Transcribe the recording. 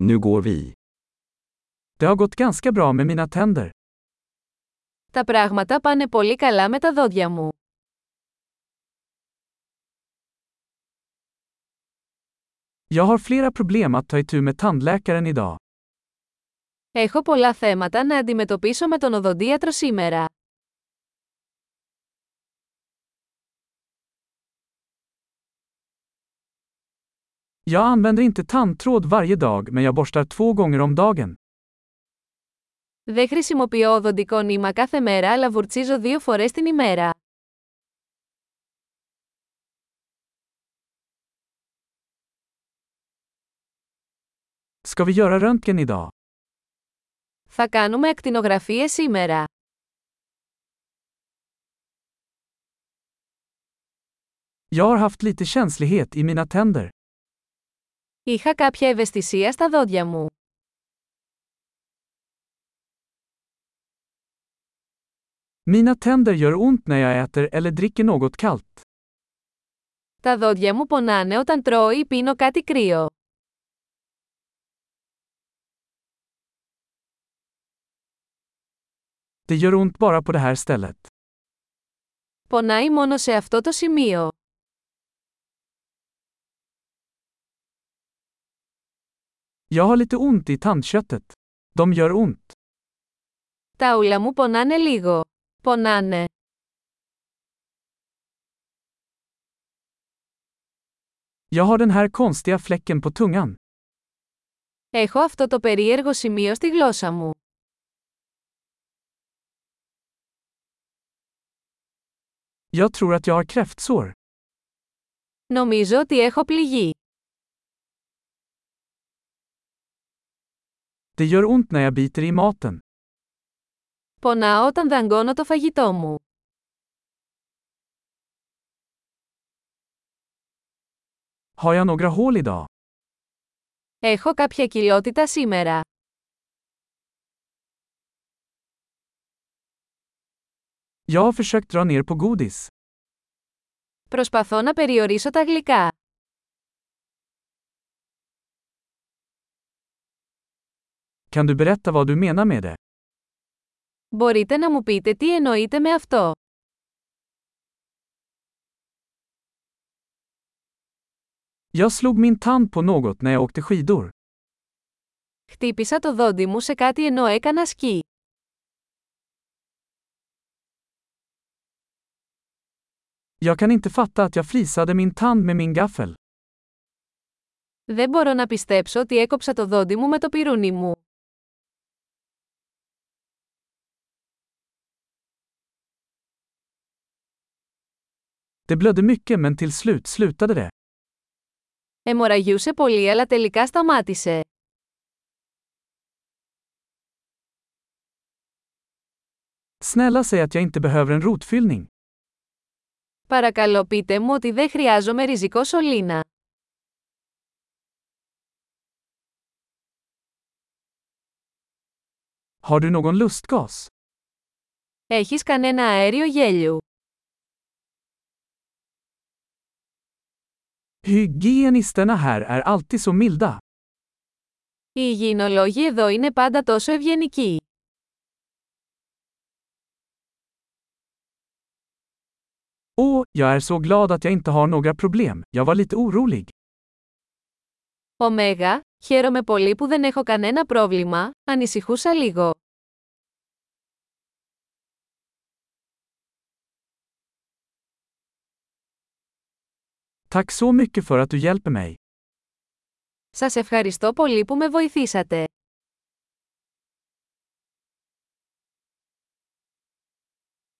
Nu går vi. Det har gått ganska bra med mina tänder. Τα πράγματα πάνε πολύ καλά με τα δόντια μου. Jag har flera problem att ta itu med tandläkaren idag. Έχω πολλά θέματα να αντιμετωπίσω με τον οδοντίατρο σήμερα. Jag använder inte tandtråd varje dag men jag borstar två gånger om dagen. Δεν χρησιμοποιώ οδοντικό νήμα κάθε μέρα αλλά βουρτσίζω δύο φορές την ημέρα. Ska vi göra röntgen idag? Θα κάνουμε ακτινογραφίες σήμερα. Jag har haft lite känslighet i mina tänder. Είχα κάποια ευαισθησία στα δόντια μου. Mina tänder gör ont när jag äter eller dricker något kallt. Τα δόντια μου πονάνε όταν τρώω ή πίνω κάτι κρύο. Det gör ont bara på det här stället. Πονάει μόνο σε αυτό το σημείο. Jag har lite ont i tandköttet. De gör ont. Τα ούλα μου πονάνε λίγο. Πονάνε. Jag har den här konstiga fläcken på tungan. Έχω αυτό το περίεργο σημείο στη γλώσσα μου. Jag tror att jag har kräftsår. Νομίζω ότι έχω πληγεί. Det gör ont när jag biter i maten. Πονάω όταν δαγκώνω το φαγητό μου. Har jag några hål idag? Έχω κάποια κοιλότητα σήμερα. Jag har försökt dra ner på godis. Προσπαθώ να περιορίσω τα γλυκά. Kan du berätta vad du menar med det? Μπορείτε να μου πείτε τι εννοείτε με αυτό. Jag slog min tand på något när jag åkte skidor. Χτύπησα το δόντι μου σε κάτι ενώ έκανα σκι. Jag kan inte fatta att jag frisade min tand med min gaffel. Δεν μπορώ να πιστέψω ότι έκοψα το δόντι μου με το πυρούνι μου. Det blödde mycket men till slut slutade det. Εμοραγιούσε πολύ αλλά τελικά σταμάτησε. Snälla säg att jag inte behöver en rotfyllning. Παρακαλώ πείτε μου ότι δεν χρειάζομαι ριζικό σωλήνα. Har du någon lustgas? Έχεις κανένα αέριο γέλιου. Hygienisterna här är alltid så milda. Οι υγιεινολόγοι εδώ είναι πάντα τόσο ευγενικοί. Åh, jag är så glad att jag inte har några problem. Jag var lite orolig. Ωμέγα, χαίρομαι πολύ που δεν έχω κανένα πρόβλημα, ανησυχούσα λίγο. Tack så mycket för att du hjälper mig. Σας ευχαριστώ πολύ που με βοηθήσατε.